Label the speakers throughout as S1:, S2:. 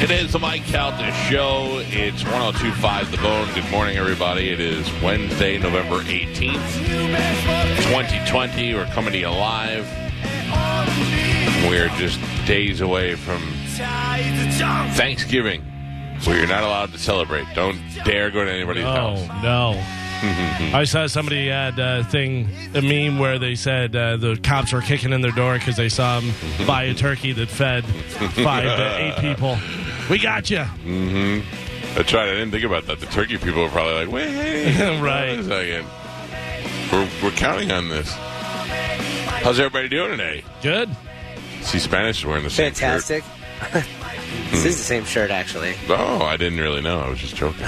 S1: It is the Mike Calta Show. It's 1025 The Bone. Good morning, everybody. It is Wednesday, November 18th, 2020. We're coming to you live. We're just days away from Thanksgiving, where you're not allowed to celebrate. Don't dare go to anybody's
S2: Oh
S1: house.
S2: no! I saw somebody had a thing, a meme where they said uh, the cops were kicking in their door because they saw him buy a turkey that fed five to eight people. We got you.
S1: That's right. I didn't think about that. The turkey people were probably like, wait,
S2: Right.
S1: wait a second. We're, we're counting on this. How's everybody doing today?
S2: Good.
S1: See, Spanish is wearing the same shirt.
S3: Fantastic. this is the same shirt, actually.
S1: Oh, I didn't really know. I was just joking.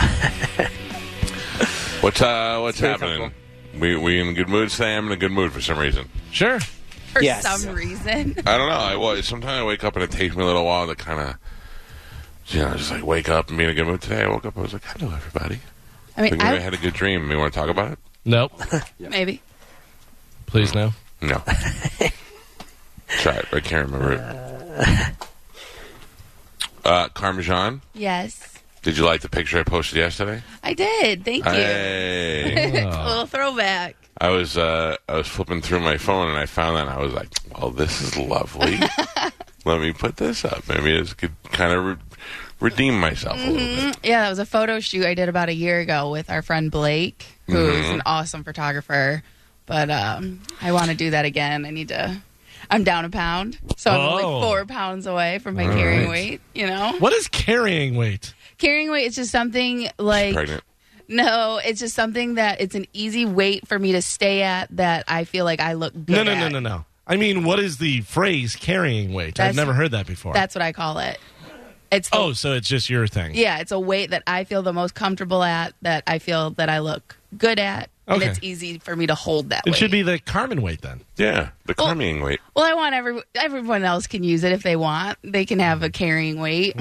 S1: what's uh, what's
S3: Very
S1: happening? We we in a good mood, today. I'm In a good mood for some reason.
S2: Sure.
S4: for
S3: Yes.
S4: some reason.
S1: I don't know. I was sometimes I wake up and it takes me a little while to kind of, you know, just like wake up and be in a good mood. Today I woke up. I was like, hello everybody.
S4: I
S1: I
S4: mean,
S1: think I
S4: I,
S1: had a good dream. We want to talk about it?
S2: Nope.
S4: maybe.
S2: Please no.
S1: No. Try it. I can't remember it. Uh, Parmesan,
S4: Yes,
S1: did you like the picture I posted yesterday?
S4: I did. Thank you.
S1: Hey.
S4: a
S2: Oh.
S4: little throwback.
S1: I was uh, I was flipping through my phone and I found that and I was like, "Well, this is lovely. Let me put this up. Maybe this could kind of re- redeem myself a little bit."
S4: Yeah, that was a photo shoot I did about a year ago with our friend Blake, who's
S1: Mm-hmm.
S4: an awesome photographer. But um, I want to do that again. I need to. I'm down a pound, so I'm
S2: Oh.
S4: only four pounds away from my carrying weight. You know,
S2: What is carrying weight?
S4: carrying weight is just something like
S1: Pregnant.
S4: no, it's just something that it's an easy weight for me to stay at that I feel like I look good.
S2: No, no, no,
S4: at.
S2: no, no. I mean, what is the phrase carrying weight? I've
S4: That's-
S2: never heard that before.
S4: That's what I call it. It's the
S2: oh, so it's just your thing.
S4: Yeah, it's a weight that I feel the most comfortable at, that I feel that I look good at, and
S2: Okay.
S4: it's easy for me to hold that.
S2: It
S4: weight.
S2: should be the Carmen weight then.
S1: Yeah, the carrying weight.
S4: Well, I want every everyone else can use it if they want. They can have a carrying weight.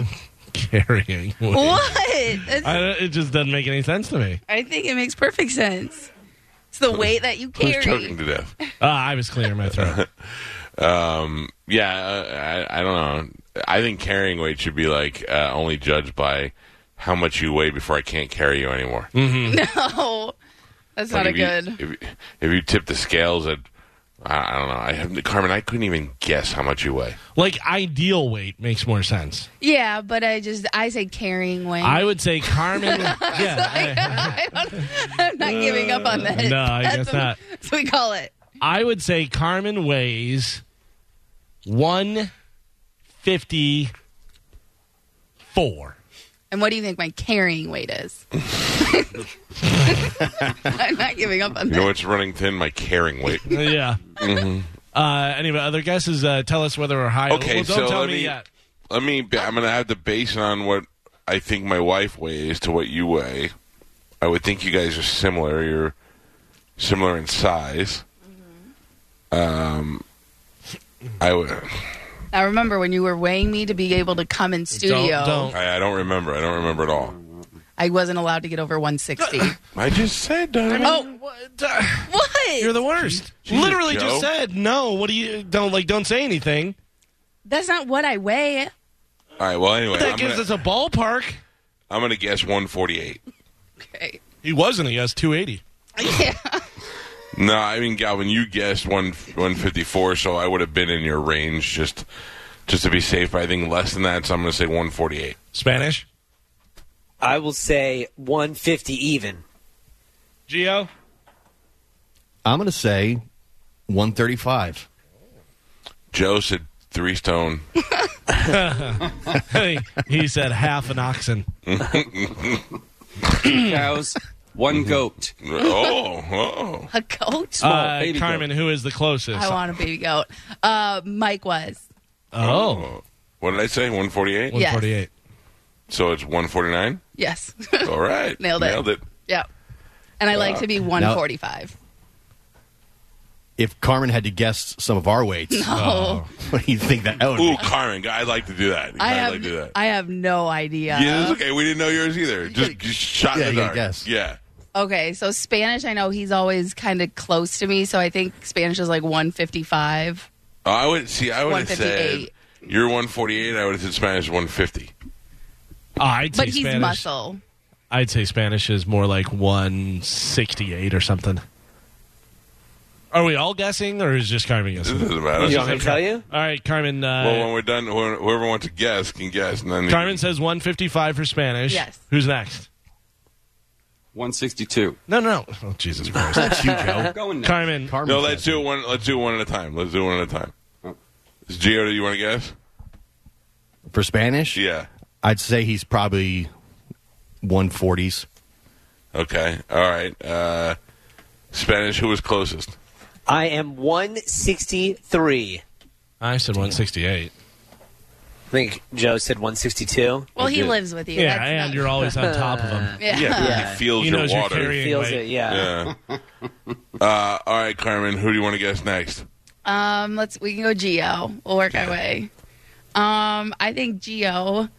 S2: Carrying weight.
S4: what? That's-
S2: I,
S4: I,
S2: it just doesn't make any sense to me.
S4: think it makes perfect sense. It's the weight that you
S1: Who's choking
S4: carry.
S1: to death?
S2: Uh, I was clearing my throat.
S1: Yeah, uh, I, I don't know. I think carrying weight should be like uh, only judged by how much you weigh before I can't carry you anymore.
S4: No, that's
S1: Like,
S4: not a
S1: if you-
S4: good.
S1: If, you- if you tip the scales at, I, I don't know. I have Carmen. I couldn't even guess how much you weigh.
S2: like ideal weight makes more sense.
S4: yeah, but I just I say carrying weight.
S2: I would say Carmen. yeah,
S4: I don't, I'm not giving up on that.
S2: Uh, no, I
S4: That's
S2: guess
S4: what-
S2: not.
S4: that's what we call it.
S2: I, I would say Carmen weighs one fifty four.
S4: And what do you think my carrying weight is? I'm not giving up on
S1: You know
S4: that.
S1: what's running thin? My carrying weight.
S2: Yeah. Uh, anyway, other guesses? Uh, tell us whether we're high.
S1: Okay,
S2: well, don't
S1: so
S2: tell
S1: let
S2: me,
S1: me-
S2: yet.
S1: Let me. I'm gonna have to base it on what I think my wife weighs to what you weigh. I would think you guys are similar. You're similar in size.
S2: Mm-hmm.
S1: Um, I would.
S4: Now remember when you were weighing me to be able to come in studio,
S2: don't.
S1: I, I don't remember. I don't remember at all.
S4: I wasn't allowed to get over 160.
S1: I just said. Donovan.
S4: oh,
S2: What? Uh,
S4: what?
S2: You're the worst.
S1: Jesus,
S2: Literally
S1: Joe.
S2: just said no. What do you don't like? Don't say anything.
S4: That's not what I weigh.
S1: All right. Well, anyway,
S2: That
S1: I'm
S2: gives
S1: gonna,
S2: us a ballpark.
S1: I'm gonna guess 148.
S4: Okay.
S2: He wasn't. He has two eighty.
S4: Yeah.
S1: No, I mean Galvin, you guessed one 154, so I would have been in your range just just to be safe. But I think less than that, so I'm gonna say 148.
S2: Spanish.
S3: I will say 150 even.
S2: Geo.
S5: I'm going to say 135.
S1: Joe said three stone.
S2: Hey, he said half an oxen.
S6: cows, one
S3: Mm-hmm.
S6: goat.
S1: oh, oh.
S4: A goat?
S2: Uh,
S6: baby
S2: Carmen, who is the closest?
S4: I want a baby goat. Uh, Mike was.
S2: oh,
S1: What did I say? 148?
S4: Yes.
S2: 148.
S1: So it's 149?
S4: Yes.
S1: All right.
S4: Nailed it.
S1: Nailed it.
S4: yep. And I like to be 145.
S5: If Carmen had to guess some of our weights,
S4: Oh,
S5: what do you think that, that would
S1: Ooh,
S5: be?
S1: Carmen, I'd like to do that.
S4: I
S1: I'd
S4: have
S1: like to do that.
S4: I uh, have no idea.
S1: yeah, it's okay. We didn't know yours either. Just, just shot
S5: yeah,
S1: in
S5: you
S1: the dark.
S5: gotta guess.
S1: Yeah.
S4: Okay, so Spanish, I know he's always kind of close to me, so I think Spanish is like 155.
S1: I would see. I would have said
S4: 158.
S1: you're 148. I would have said Spanish 150.
S2: Oh, I'd say
S4: But he's
S2: Spanish.
S4: muscle.
S2: I'd say Spanish is more like 168 or something. Are we all guessing, or is just Carmen
S1: It
S2: guessing?
S1: doesn't matter.
S3: You want me to tell you?
S2: All right, Carmen. Uh,
S1: Well, when we're done, wh- whoever wants to guess can guess. And then
S2: Carmen says 155 for Spanish.
S4: Yes.
S2: Who's next?
S6: 162.
S2: No, no, no. Oh, Jesus Christ.
S5: That's you, Joe.
S6: Going next.
S2: Carmen.
S5: Carmen's
S1: No, let's do it one. Let's do it one at a time. Let's do it one at a time.
S4: Oh.
S1: Is Gio, do you want to guess?
S5: For Spanish,
S1: Yeah.
S5: I'd say he's probably 140s.
S1: Okay. All right. Uh, Spanish. Who was closest?
S3: I am 163.
S2: I said 168.
S3: I think Joe said 162.
S4: Well, he lives with you.
S2: Yeah,
S4: That's
S2: and
S4: not-
S2: you're always on top of him.
S4: Yeah.
S3: Yeah.
S1: He feels
S2: He
S1: your
S2: knows you're
S1: water.
S2: carrying
S3: Feels
S2: weight.
S3: it, yeah.
S1: yeah. uh, all right, Carmen. Who do you want to guess next?
S4: Um, let's we can go Geo. We'll work our way. Um, I think Geo.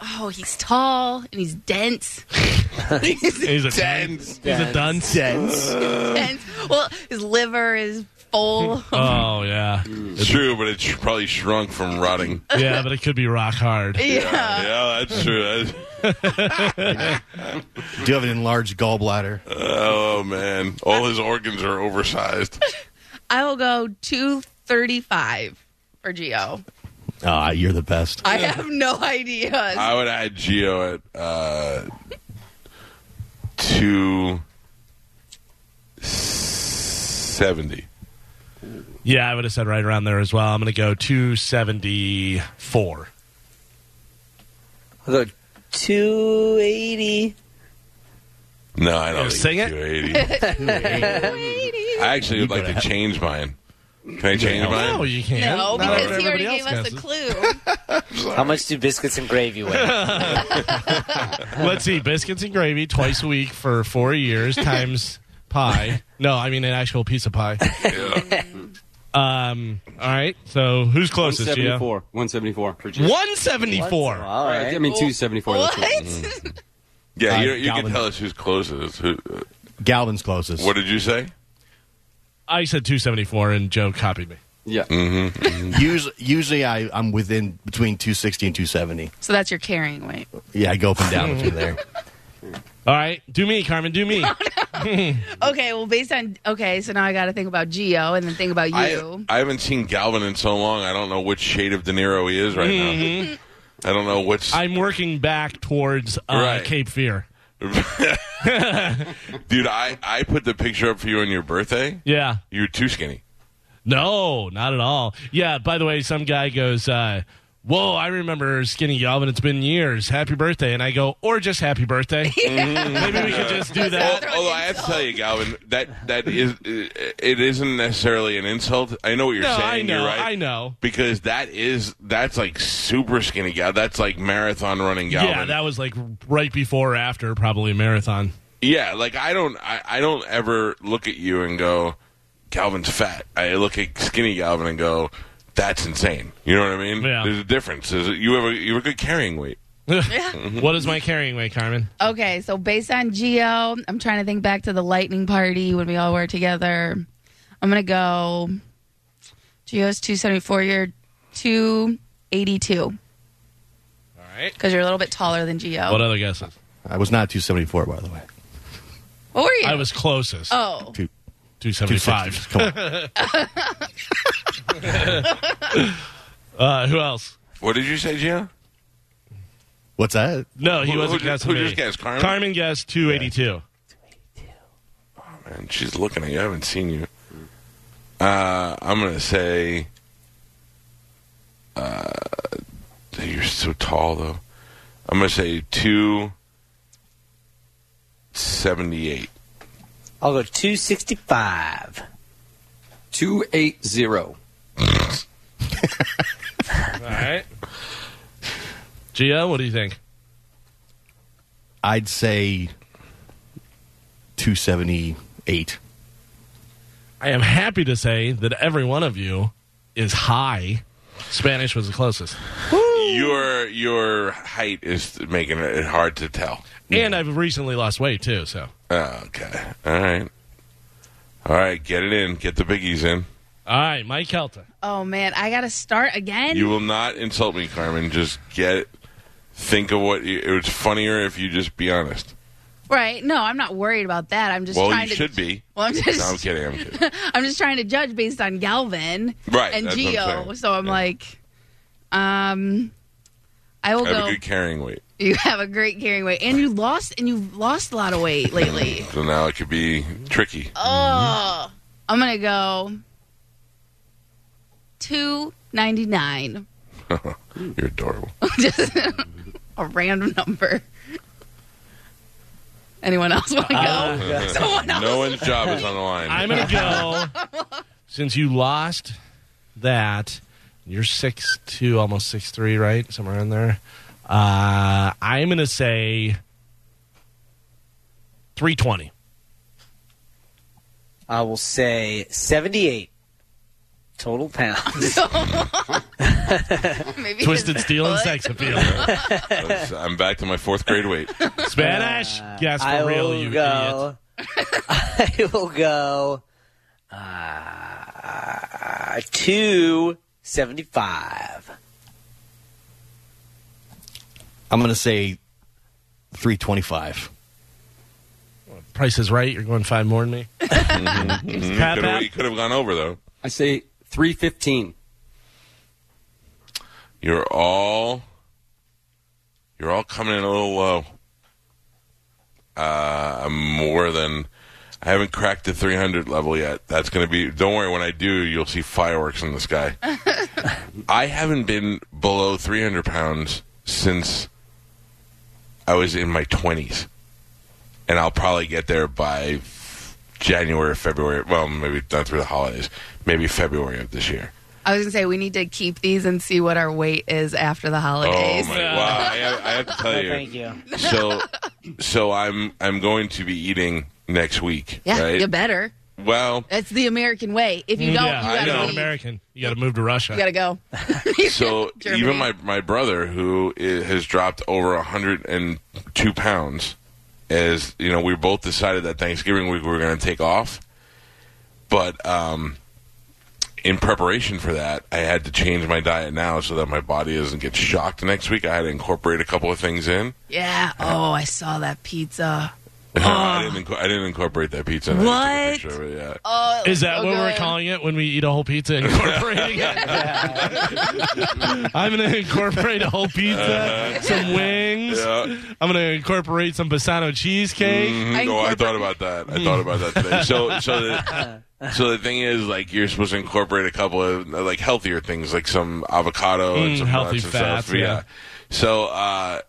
S4: Oh, he's tall and he's dense.
S2: He's a dense. He's a dunce.
S4: dense. Well, his liver is full.
S2: Oh, yeah.
S1: It's true, but it's probably shrunk from rotting.
S2: Yeah, but it could be rock hard.
S4: yeah.
S1: Yeah, that's true. That's-
S5: Do you have an enlarged gallbladder?
S1: oh man, all his organs are oversized.
S4: I will go two thirty five for Geo.
S5: Ah, you're the best.
S4: I have no idea.
S1: I would add Geo at uh, two seventy.
S2: Yeah, I would have said right around there as well. I'm going to go 274.
S3: I'll go 280.
S1: No, I don't
S2: Yeah,
S1: think
S2: sing it.
S1: two eighty. I actually would like to change mine. Can I change mine?
S2: Oh, you can't.
S4: no, because he already
S2: everybody
S4: gave
S2: else
S4: us a
S2: guesses.
S4: clue.
S3: How much do biscuits and gravy weigh?
S2: Let's see, biscuits and gravy twice a week for four years times pie. No, I mean an actual piece of pie.
S1: Yeah.
S2: Um, all right, so who's closest? Gio?
S6: 174. 174 for Gio.
S2: One seventy four.
S3: All
S6: All right, I
S3: right.
S6: mean 274. that's
S4: what?
S1: Yeah,
S5: Uh,
S1: you, you can
S5: Galvin.
S1: tell us who's closest. Who, uh,
S5: Galvin's closest.
S1: what did you say?
S2: I said two seventy four, and Joe copied me.
S6: Yeah.
S5: usually, usually I, I'm within between 260 and 270.
S4: So that's your carrying weight.
S5: Yeah, I go up and down between there.
S2: All right, do me, Carmen, do me.
S4: Okay, well, based on okay, so now I got to think about Geo and then think about you.
S1: I, I haven't seen Galvin in so long. I don't know which shade of De Niro he is right now. I don't know which.
S2: I'm working back towards uh,
S1: Right.
S2: Cape Fear.
S1: Dude, I, I put the picture up for you on your birthday.
S2: Yeah,
S1: You were too skinny.
S2: no, not at all. Yeah. By the way, some guy goes. uh Whoa, I remember Skinny Galvin. It's been years. Happy birthday. And I go, or just happy birthday. Maybe we could just do that.
S1: Al- although I have to tell you, Galvin, that that is it isn't necessarily an insult. I know what you're
S2: No,
S1: saying.
S2: I know.
S1: You're right.
S2: I know.
S1: Because that is that's like super skinny guy. That's like marathon running Galvin.
S2: Yeah, that was like right before or after probably a marathon.
S1: Yeah, like I don't, I, I don't ever look at you and go, Galvin's fat. I look at skinny Galvin and go, that's insane. You know what I mean?
S2: Yeah.
S1: There's a difference. There's a, you have a you have a good carrying weight. Mm-hmm.
S2: What is my carrying weight, Carmen?
S4: Okay, so based on Geo, I'm trying to think back to the lightning party when we all were together. I'm gonna go. Geo's 274. You're 282. All right. Because you're a little bit taller than Geo.
S2: What
S4: What,
S2: other guesses?
S5: I was not 274, by the way.
S4: were you?
S2: I was closest.
S4: Oh,
S5: Two,
S2: 275.
S5: 260. Come on.
S2: Uh, who else?
S1: What did you say, Gio?
S5: What's that?
S2: No, he
S1: Who-
S2: wasn't
S1: who ju-
S2: guessing
S1: who
S2: me.
S1: just guessed, Carmen?
S2: Carmen guessed 282.
S1: Man, she's looking at you. I haven't seen you. Uh, I'm gonna say, uh, you're so tall though. I'm gonna say two seventy-eight.
S3: I'll go 265.
S6: 280.
S2: All right. Gio, what do you think?
S5: I'd say 278.
S2: I am happy to say that every one of you is high. Spanish was the closest.
S1: Your your height is making it hard to tell.
S2: And I've recently lost weight too, so.
S1: Okay. All right. All right. Get it in. Get the biggies in.
S2: All right, Mike Kelta.
S4: Oh man, I gotta start again.
S1: You will not insult me, Carmen. Just get. Think of what you, it was funnier if you just be honest.
S4: right? No, I'm not worried about that. I'm just
S1: well,
S4: trying
S1: you
S4: to.
S1: should be.
S4: Well, I'm just.
S1: No, I'm kidding. I'm kidding.
S4: I'm just trying to judge based on Galvin
S1: Right,
S4: and
S1: that's what I'm saying.
S4: Geo. So I'm
S1: Yeah.
S4: like, um, I will
S1: I have
S4: go.
S1: a good carrying weight,
S4: you have a great carrying weight, and you lost, and you've lost a lot of weight lately.
S1: so now it could be tricky.
S4: oh, I'm gonna go two ninety nine.
S1: You're adorable.
S4: just a random number. Anyone else want to go?
S2: Uh,
S4: Someone else.
S1: No one's job is on the line.
S2: I'm going to go. since you lost that, you're six two, almost six three, right? Somewhere in there. Uh, I'm going to say 320.
S3: I will say 78 total pounds.
S4: Maybe
S2: Twisted
S4: his
S2: steel and
S4: foot.
S2: sex appeal.
S1: That's- I'm back to my fourth grade weight.
S2: Spanish? Yes, for
S3: I
S2: real,
S3: will
S2: you idiot.
S3: go. I will go. Uh, 275.
S5: I'm going to say 325.
S2: Price is right. You're going five more than me. Pat,
S1: Could
S2: Pat?
S1: have, could have gone over though.
S6: I say 315.
S1: You're all you're all coming in a little low. Uh, I'm more than I haven't cracked the 300 level yet. That's going to be. Don't worry, when I do, you'll see fireworks in the sky. I haven't been below 300 pounds since I was in my 20s, and I'll probably get there by January, or February. Well, maybe not through the holidays. Maybe February of this year.
S4: I was gonna say we need to keep these and see what our weight is after the holidays.
S1: Oh my! Wow, I have, I have to tell you.
S3: Oh, Thank you.
S1: So, so I'm I'm going to be eating next week.
S4: yeah,
S1: right?
S4: you better.
S1: Well,
S4: That's the American way. If you don't,
S2: Mm, yeah,
S4: you
S1: I
S2: you're
S4: gotta
S1: know.
S2: not
S4: leave.
S2: American. You got to move to Russia.
S4: You gotta go.
S1: so
S4: Germany.
S1: even my my brother who i has dropped over 102 pounds, as you know, we both decided that Thanksgiving week we were going to take off, but um. In preparation for that, I had to change my diet now so that my body doesn't get shocked next week. I had to incorporate a couple of things in.
S4: Yeah. Oh, I saw that pizza.
S1: I, didn't inco- I didn't incorporate that pizza. and I just took a
S4: What?
S1: picture of it, yeah.
S4: Oh, it
S2: Is
S4: looks
S2: that
S4: so
S2: what we're
S4: good.
S2: calling it when we eat a whole pizza incorporating it? I'm going to incorporate a whole pizza, some wings.
S1: Uh-huh. Yeah. Mm-hmm.
S2: I'm going to incorporate some Pisano cheesecake.
S4: I
S1: No, I
S4: incorporate-
S1: thought about that. I thought about that today. So, so the, so the thing is, like, you're supposed to incorporate a couple of like healthier things, like some avocado
S2: Mm,
S1: and some
S2: healthy
S1: nuts and
S2: fats,
S1: stuff.
S2: yeah.
S1: So, uh,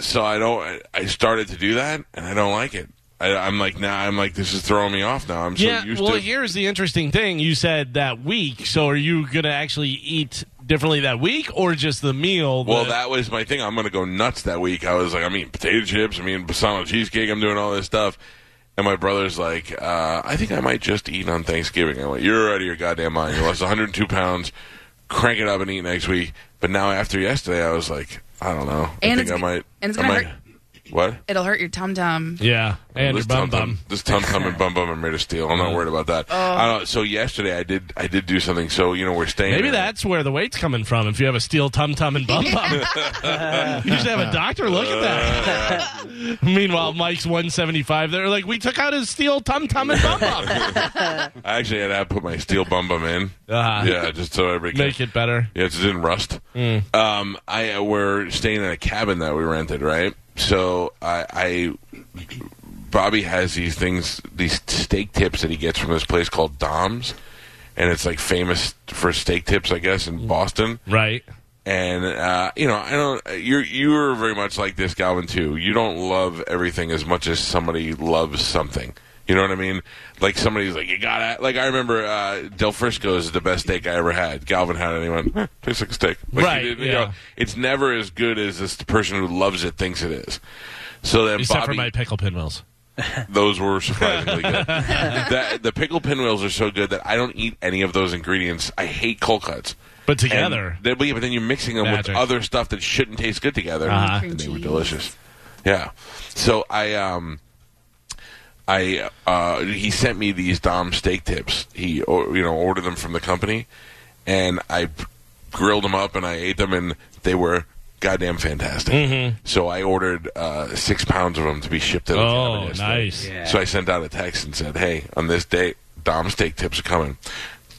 S1: so I don't. I- I started to do that, and I don't like it. I, I'm like, now I'm like, this is throwing me off. Now I'm so
S2: yeah,
S1: used
S2: well,
S1: to.
S2: here's the interesting thing. You said that week, so are you going to actually eat differently that week or just the meal?
S1: Well, that was my thing. I'm going to go nuts that week. I was like, I'm eating potato chips. I'm eating Pisano cheesecake. I'm doing all this stuff. And my brother's like, uh, I think I might just eat on Thanksgiving. I'm like, you're out of your goddamn mind. You lost 102 pounds. Crank it up and eat next week. But now after yesterday, I was like, I don't know. I
S4: And
S1: think
S4: it's
S1: I
S4: g-
S1: might.
S4: and it's
S1: I
S4: gonna
S1: might-
S4: hurt-
S1: What?
S4: It'll hurt your tum tum.
S2: Yeah, and your Uh.
S1: this
S2: bum
S1: tum
S2: bum.
S1: this tum tum and bum bum are made of steel. I'm not worried about that. I don't, so yesterday I did I did do something. So you know we're staying.
S2: Maybe
S1: there.
S2: that's where the weight's coming from. If you have a steel tum tum and bum bum, you should have a doctor look at that. Meanwhile, Mike's 175. They're like, we took out his steel tum tum and bum bum.
S1: I actually had to put my steel bum bum in.
S2: Ah.
S1: yeah, just so everybody can
S2: Make it Mm. better.
S1: Yeah, it didn't rust. Um, I uh, we're staying in a cabin that we rented, right? So I, I, Bobby has these things, these steak tips that he gets from this place called Dom's, and it's like famous for steak tips, I guess,
S2: Mm.
S1: in Boston.
S2: Right.
S1: And uh, you know, I don't. You're you're very much like this, Galvin, too. You don't love everything as much as somebody loves something. You know what I mean? Like somebody's like, you gotta. Like I remember uh, Del Frisco is the best steak I ever had. Galvin had it. And he went, "Eh, tastes like a steak. Like,
S2: Right,
S1: you didn't- you
S2: yeah.
S1: know, it's never as good as this person who loves it thinks it is. So then
S2: Except
S1: Bobby,
S2: for my pickle pinwheels.
S1: those were surprisingly good. that, the pickle pinwheels are so good that I don't eat any of those ingredients. I hate cold cuts.
S2: But
S1: And
S2: together,
S1: they- but yeah, but then you're mixing them
S2: Magic.
S1: with other stuff that shouldn't taste good together,
S2: Uh-huh.
S1: and they were
S4: Cream cheese.
S1: delicious. Yeah. So I um, I uh, he sent me these Dom steak tips. He or, you know ordered them from the company, and I grilled them up and I ate them, and they were goddamn fantastic. So I ordered uh, six pounds of them to be shipped out.
S2: Mm-hmm. oh, nice.
S3: Yeah.
S1: So I sent out a text and said, "Hey, on this date, Dom's steak tips are coming."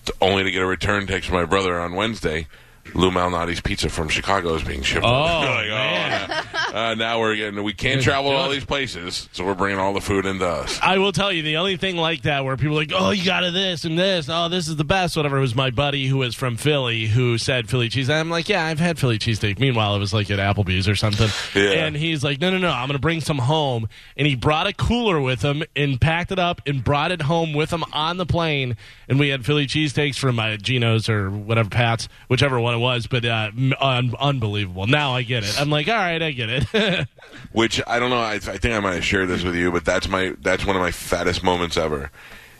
S1: T- Only to get a return text from my brother on Wednesday. Lou Malnati's pizza from Chicago is being shipped.
S2: Oh,
S1: Like,
S2: man.
S1: yeah. uh, now we're getting we can't travel to all these places, so we're bringing all the food into us.
S2: I will tell you the only thing like that where people are like, oh, you got to this and this. Oh, this is the best. Whatever. It was my buddy who was from Philly who said Philly cheese. And I'm like, yeah, I've had Philly cheesesteak. Meanwhile, it was like at Applebee's or something.
S1: Yeah.
S2: And he's like, no, no, no, I'm going to bring some home. And he brought a cooler with him and packed it up and brought it home with him on the plane. And we had Philly cheesesteaks from uh, Gino's or whatever, Pat's, whichever one it was. But uh, m- un- unbelievable. Now I get it. I'm like, all right, I get it.
S1: Which I don't know. I, I think I might have shared this with you, but that's my that's one of my fattest moments ever.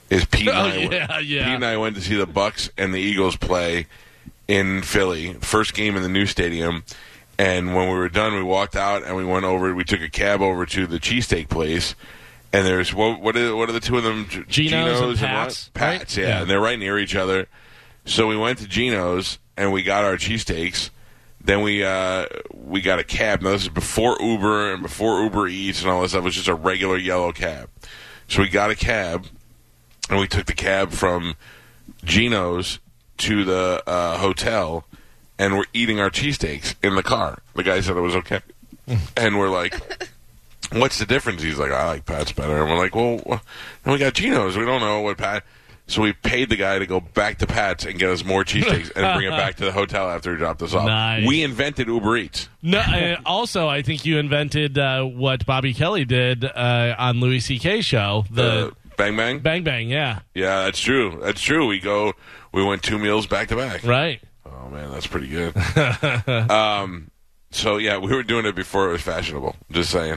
S1: Is Pete and
S2: Oh,
S1: I went,
S2: yeah, yeah.
S1: Pete and I went to see the Bucks and the Eagles play in Philly, first game in the new stadium. And when we were done, we walked out and we went over. We took a cab over to the cheesesteak place. And there's what what are, what are the two of them? G-
S2: Geno's and
S1: what?
S2: Pat's, right?
S1: Pat's, yeah,
S2: Yeah.
S1: and they're right near each other. So we went to Geno's and we got our cheesesteaks. Then we uh, we got a cab. Now this is before Uber and before Uber Eats and all this stuff. It was just a regular yellow cab. So we got a cab and we took the cab from Geno's to the uh, hotel, and we're eating our cheesesteaks in the car. The guy said it was okay, and we're like, "What's the difference?" He's like, "I like Pat's better," and we're like, "Well, wha- and we got Geno's. We don't know what Pat." So we paid the guy to go back to Pat's and get us more cheesesteaks and bring it back to the hotel after he dropped us off.
S2: Nice.
S1: We invented Uber Eats.
S2: No. uh, also, I think you invented uh, what Bobby Kelly did uh, on Louis C.K.'s show. The
S1: Uh, bang bang.
S2: bang bang. Yeah.
S1: Yeah, that's true. That's true. We go. We went two meals back to back.
S2: Right.
S1: Oh man, that's pretty good. um, so yeah, we were doing it before it was fashionable. Just saying.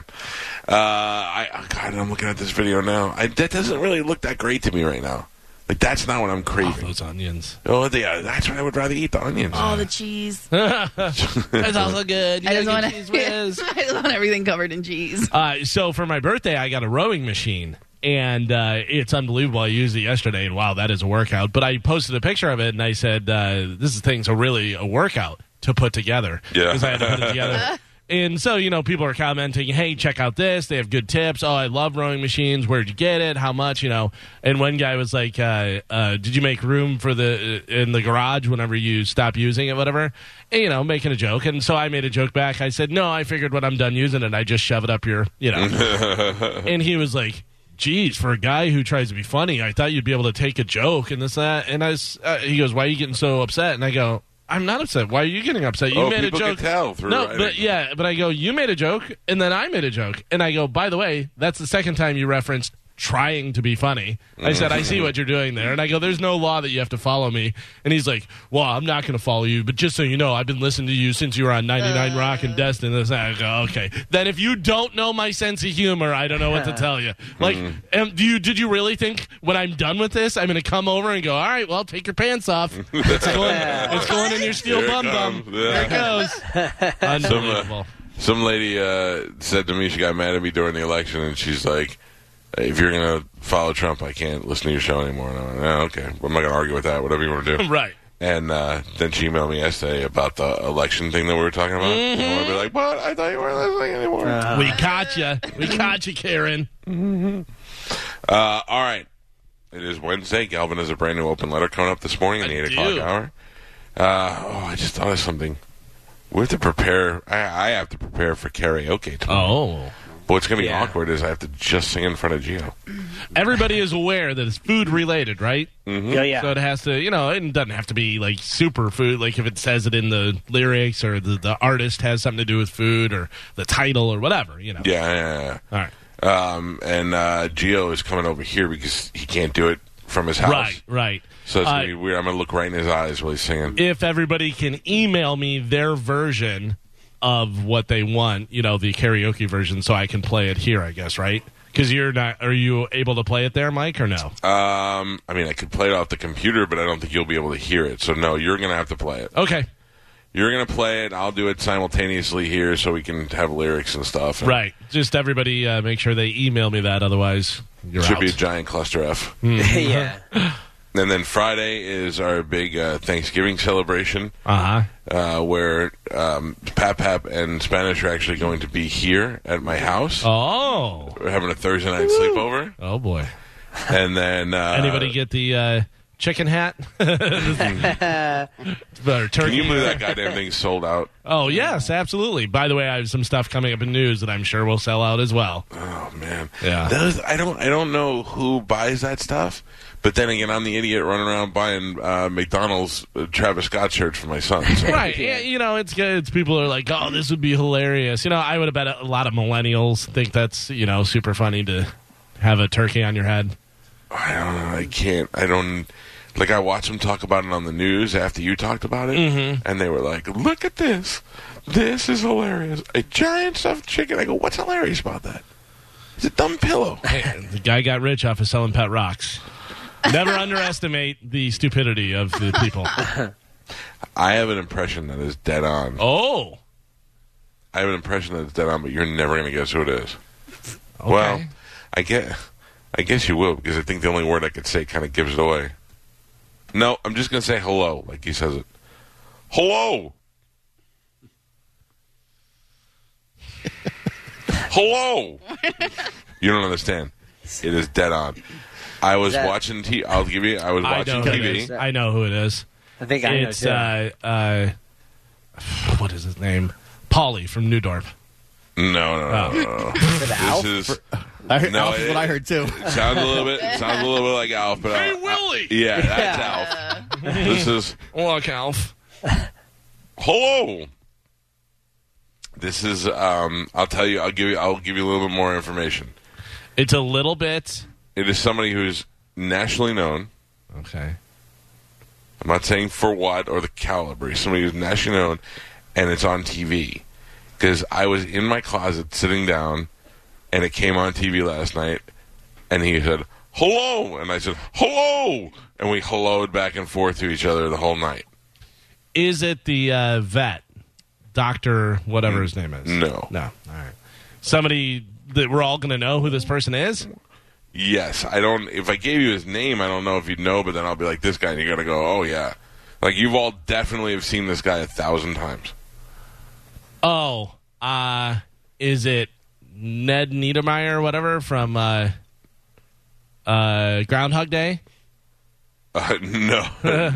S1: Uh, I oh, God, I'm looking at this video now. I, that doesn't really look that great to me right now. Like that's not what I'm craving.
S2: Those onions.
S1: Oh, the, uh, that's what I would rather eat the onions.
S2: Oh,
S4: All the cheese.
S2: That's also good.
S4: I just want I just want everything covered in cheese.
S2: Uh, so for my birthday, I got a rowing machine, and uh, it's unbelievable. I used it yesterday, and wow, that is a workout. But I posted a picture of it, and I said, uh, "This is things are really a workout to put together."
S1: Yeah.
S2: 'Cause I had to put it together. And so, you know, people are commenting, hey, check out this. They have good tips. Oh, I love rowing machines. Where'd you get it? How much? You know, and one guy was like, uh, uh, did you make room for the uh, in the garage whenever you stop using it, whatever? And, you know, making a joke. And so I made a joke back. I said, no, I figured when I'm done using it, I just shove it up your, you know. and he was like, Geez, for a guy who tries to be funny, I thought you'd be able to take a joke and this that. And I, s- uh, he goes, "Why are you getting so upset?" And I go, "I'm not upset. Why are you getting upset? You
S1: Oh,
S2: made a
S1: people can
S2: joke."
S1: tell through
S2: no,
S1: writing.
S2: but yeah, but I go, "You made a joke, and then I made a joke." And I go, "By the way, that's the second time you referenced trying to be funny." I said, "I see what you're doing there." And I go, "There's no law that you have to follow me." And he's like, "Well, I'm not going to follow you, but just so you know, I've been listening to you since you were on 99
S1: Uh.
S2: Rock and Destin." And this and that. I go, "Okay." Then if you don't know my sense of humor, I don't know what to tell you. Like,
S1: Hmm.
S2: am, do you did you really think when I'm done with this, I'm going to come over and go, "All right, well, take your pants off. It's going, it's going in your steel
S1: Here it
S2: bum bum."
S1: comes. Yeah.
S2: There it goes. Unbelievable.
S1: uh, Some lady uh, said to me she got mad at me during the election, and she's like, "If you're gonna follow Trump, I can't listen to your show anymore." And I went, oh, "Okay, well, I'm not gonna argue with that. Whatever you want to do."
S2: Right.
S1: And uh, then she emailed me yesterday about the election thing that we were talking about. I want to
S2: Mm-hmm.
S1: be like, but I thought you weren't listening anymore. Uh,
S2: we caught you. We caught you, Karen.
S1: Uh, all right. It is Wednesday. Galvin has a brand new open letter coming up this morning in the
S2: I
S1: 8
S2: do.
S1: o'clock hour. Uh, oh, I just thought of something. We have to prepare. I, I have to prepare for karaoke tomorrow.
S2: Oh.
S1: But what's going to be
S3: Yeah.
S1: awkward is I have to just sing in front of Gio.
S2: Everybody is aware that it's food related, right?
S1: Mm-hmm.
S3: Yeah, yeah.
S2: So it has to, you know, it doesn't have to be like super food. Like if it says it in the lyrics or the, the artist has something to do with food or the title or whatever, you know.
S1: Yeah, yeah, yeah.
S2: All right.
S1: Um, and uh, Geo is coming over here because he can't do it from his house.
S2: Right, right.
S1: So it's
S2: Uh,
S1: gonna be weird. I'm gonna look right in his eyes while he's singing.
S2: if everybody can email me their version of what they want, you know, the karaoke version, so I can play it here, I guess, right? Because you're not, are you able to play it there, Mike, or no?
S1: Um, I mean, I could play it off the computer, but I don't think you'll be able to hear it. So no, you're gonna have to play it.
S2: Okay,
S1: You're gonna play it. I'll do it simultaneously here, so we can have lyrics and stuff. And
S2: right. Just everybody uh, make sure they email me that, otherwise you're
S1: Should
S2: out.
S1: be a giant cluster F.
S3: yeah.
S1: And then Friday is our big uh, Thanksgiving celebration,
S2: uh huh.
S1: uh, where um, Pap Pap and Spanish are actually going to be here at my house.
S2: Oh,
S1: We're having a Thursday night sleepover,
S2: oh boy.
S1: and then uh,
S2: Anybody get the uh, chicken hat? Or turkey.
S1: Can you believe that goddamn thing sold out?
S2: Oh yes, absolutely. By the way, I have some stuff coming up in news that I'm sure will sell out as well.
S1: Oh man,
S2: Yeah.
S1: Those I don't I don't know who buys that stuff, but then again, I'm the idiot running around buying uh, McDonald's uh, Travis Scott shirts for my son. so-
S2: Right, yeah, you know, it's good. It's people are like, "Oh, this would be hilarious." You know, I would have bet a lot of millennials think that's you know super funny to have a turkey on your head.
S1: I don't know. I can't. I don't. Like I watched them talk about it on the news after you talked about it,
S2: Mm-hmm.
S1: and they were like, "Look at this! This is hilarious! A giant stuffed chicken." I go, "What's hilarious about that? It's a dumb pillow."
S2: the guy got rich off of selling pet rocks. Never underestimate the stupidity of the people.
S1: I have an impression that is dead on.
S2: Oh,
S1: I have an impression that it's dead on, but you're never going to guess who it is. Well, I get, I guess you will because I think the only word I could say kind of gives it away. No, I'm just going to say hello, like he says it. Hello. hello. you don't understand. It is dead on. I was
S3: that-
S1: watching T. I'll give you. I was
S2: I
S1: watching
S2: know who it
S1: TV.
S2: is. I know who it is.
S3: I think I
S2: It's
S3: know too.
S2: uh, uh, what is his name? Polly from Newdorp.
S1: No, no, no. no, no.
S3: For the
S1: This
S3: Alf?
S1: is.
S5: I heard,
S1: No,
S5: Alf is
S1: it-
S5: what I heard too.
S1: It sounds a little bit. it Sounds a little bit like Alf, but I-
S2: Willie,
S1: yeah, that's Alf. This is
S2: look, Alf.
S1: hello. This is. Um, I'll tell you. I'll give you. I'll give you a little bit more information.
S2: It's a little bit
S1: It is somebody who's nationally known.
S2: okay.
S1: I'm not saying for what or the caliber. He's Somebody who's nationally known, and it's on TV. Because I was in my closet sitting down, and it came on TV last night, and he said hello, and I said hello, and we helloed back and forth to each other the whole night.
S2: Is it the uh, vet, doctor, whatever his name is?
S1: No.
S2: no. All right, somebody that we're all going to know who this person is.
S1: Yes, I don't. If I gave you his name, I don't know if you'd know, but then I'll be like this guy, and you're gonna go, oh yeah, like you've all definitely have seen this guy a thousand times.
S2: Oh, uh, is it Ned Niedermeyer or whatever from uh, uh, Groundhog Day?
S1: Uh, no, no,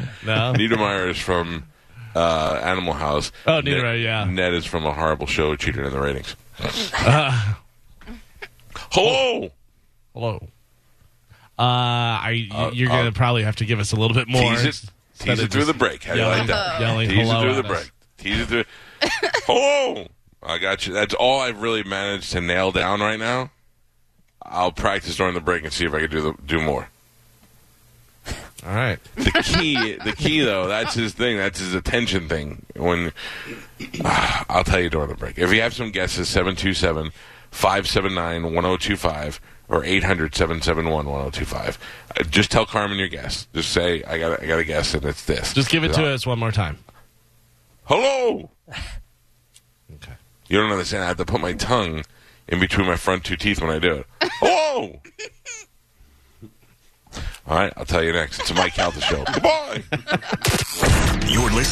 S2: No?
S1: Niedermeyer is from uh, Animal House.
S2: Oh, Niedermeyer, yeah.
S1: Ned is from a horrible show, cheated in the ratings.
S2: Uh,
S1: Hello.
S2: Hello. Uh, I, y- you're
S1: uh,
S2: going to probably have to give us a little bit more.
S1: Tease it,
S2: instead
S1: tease
S2: of
S1: it through
S2: just
S1: the break. How do you
S2: yelling-
S1: like that?
S2: yelling
S1: Tease it
S2: hello
S1: through
S2: at
S1: the
S2: us.
S1: break. Tease it through. Hello. I got you. That's all I've really managed to nail down right now. I'll practice during the break and see if I can do the, do more.
S2: All right.
S1: The key, the key though, that's his thing. That's his attention thing. When Ah, I'll tell you during the break. If you have some guesses, 727 579 1025 or 800 771 1025. Uh, Just tell Carmen your guess. Just say, I got, a- I got a guess, and it's this.
S2: Just give it to
S1: I'll-
S2: us one more time.
S1: Hello.
S2: Okay.
S1: You don't understand. I have to put my tongue in between my front two teeth when I do it. Hello. All right, I'll tell you next. It's a Mike Calta show. Goodbye.
S7: You're listening.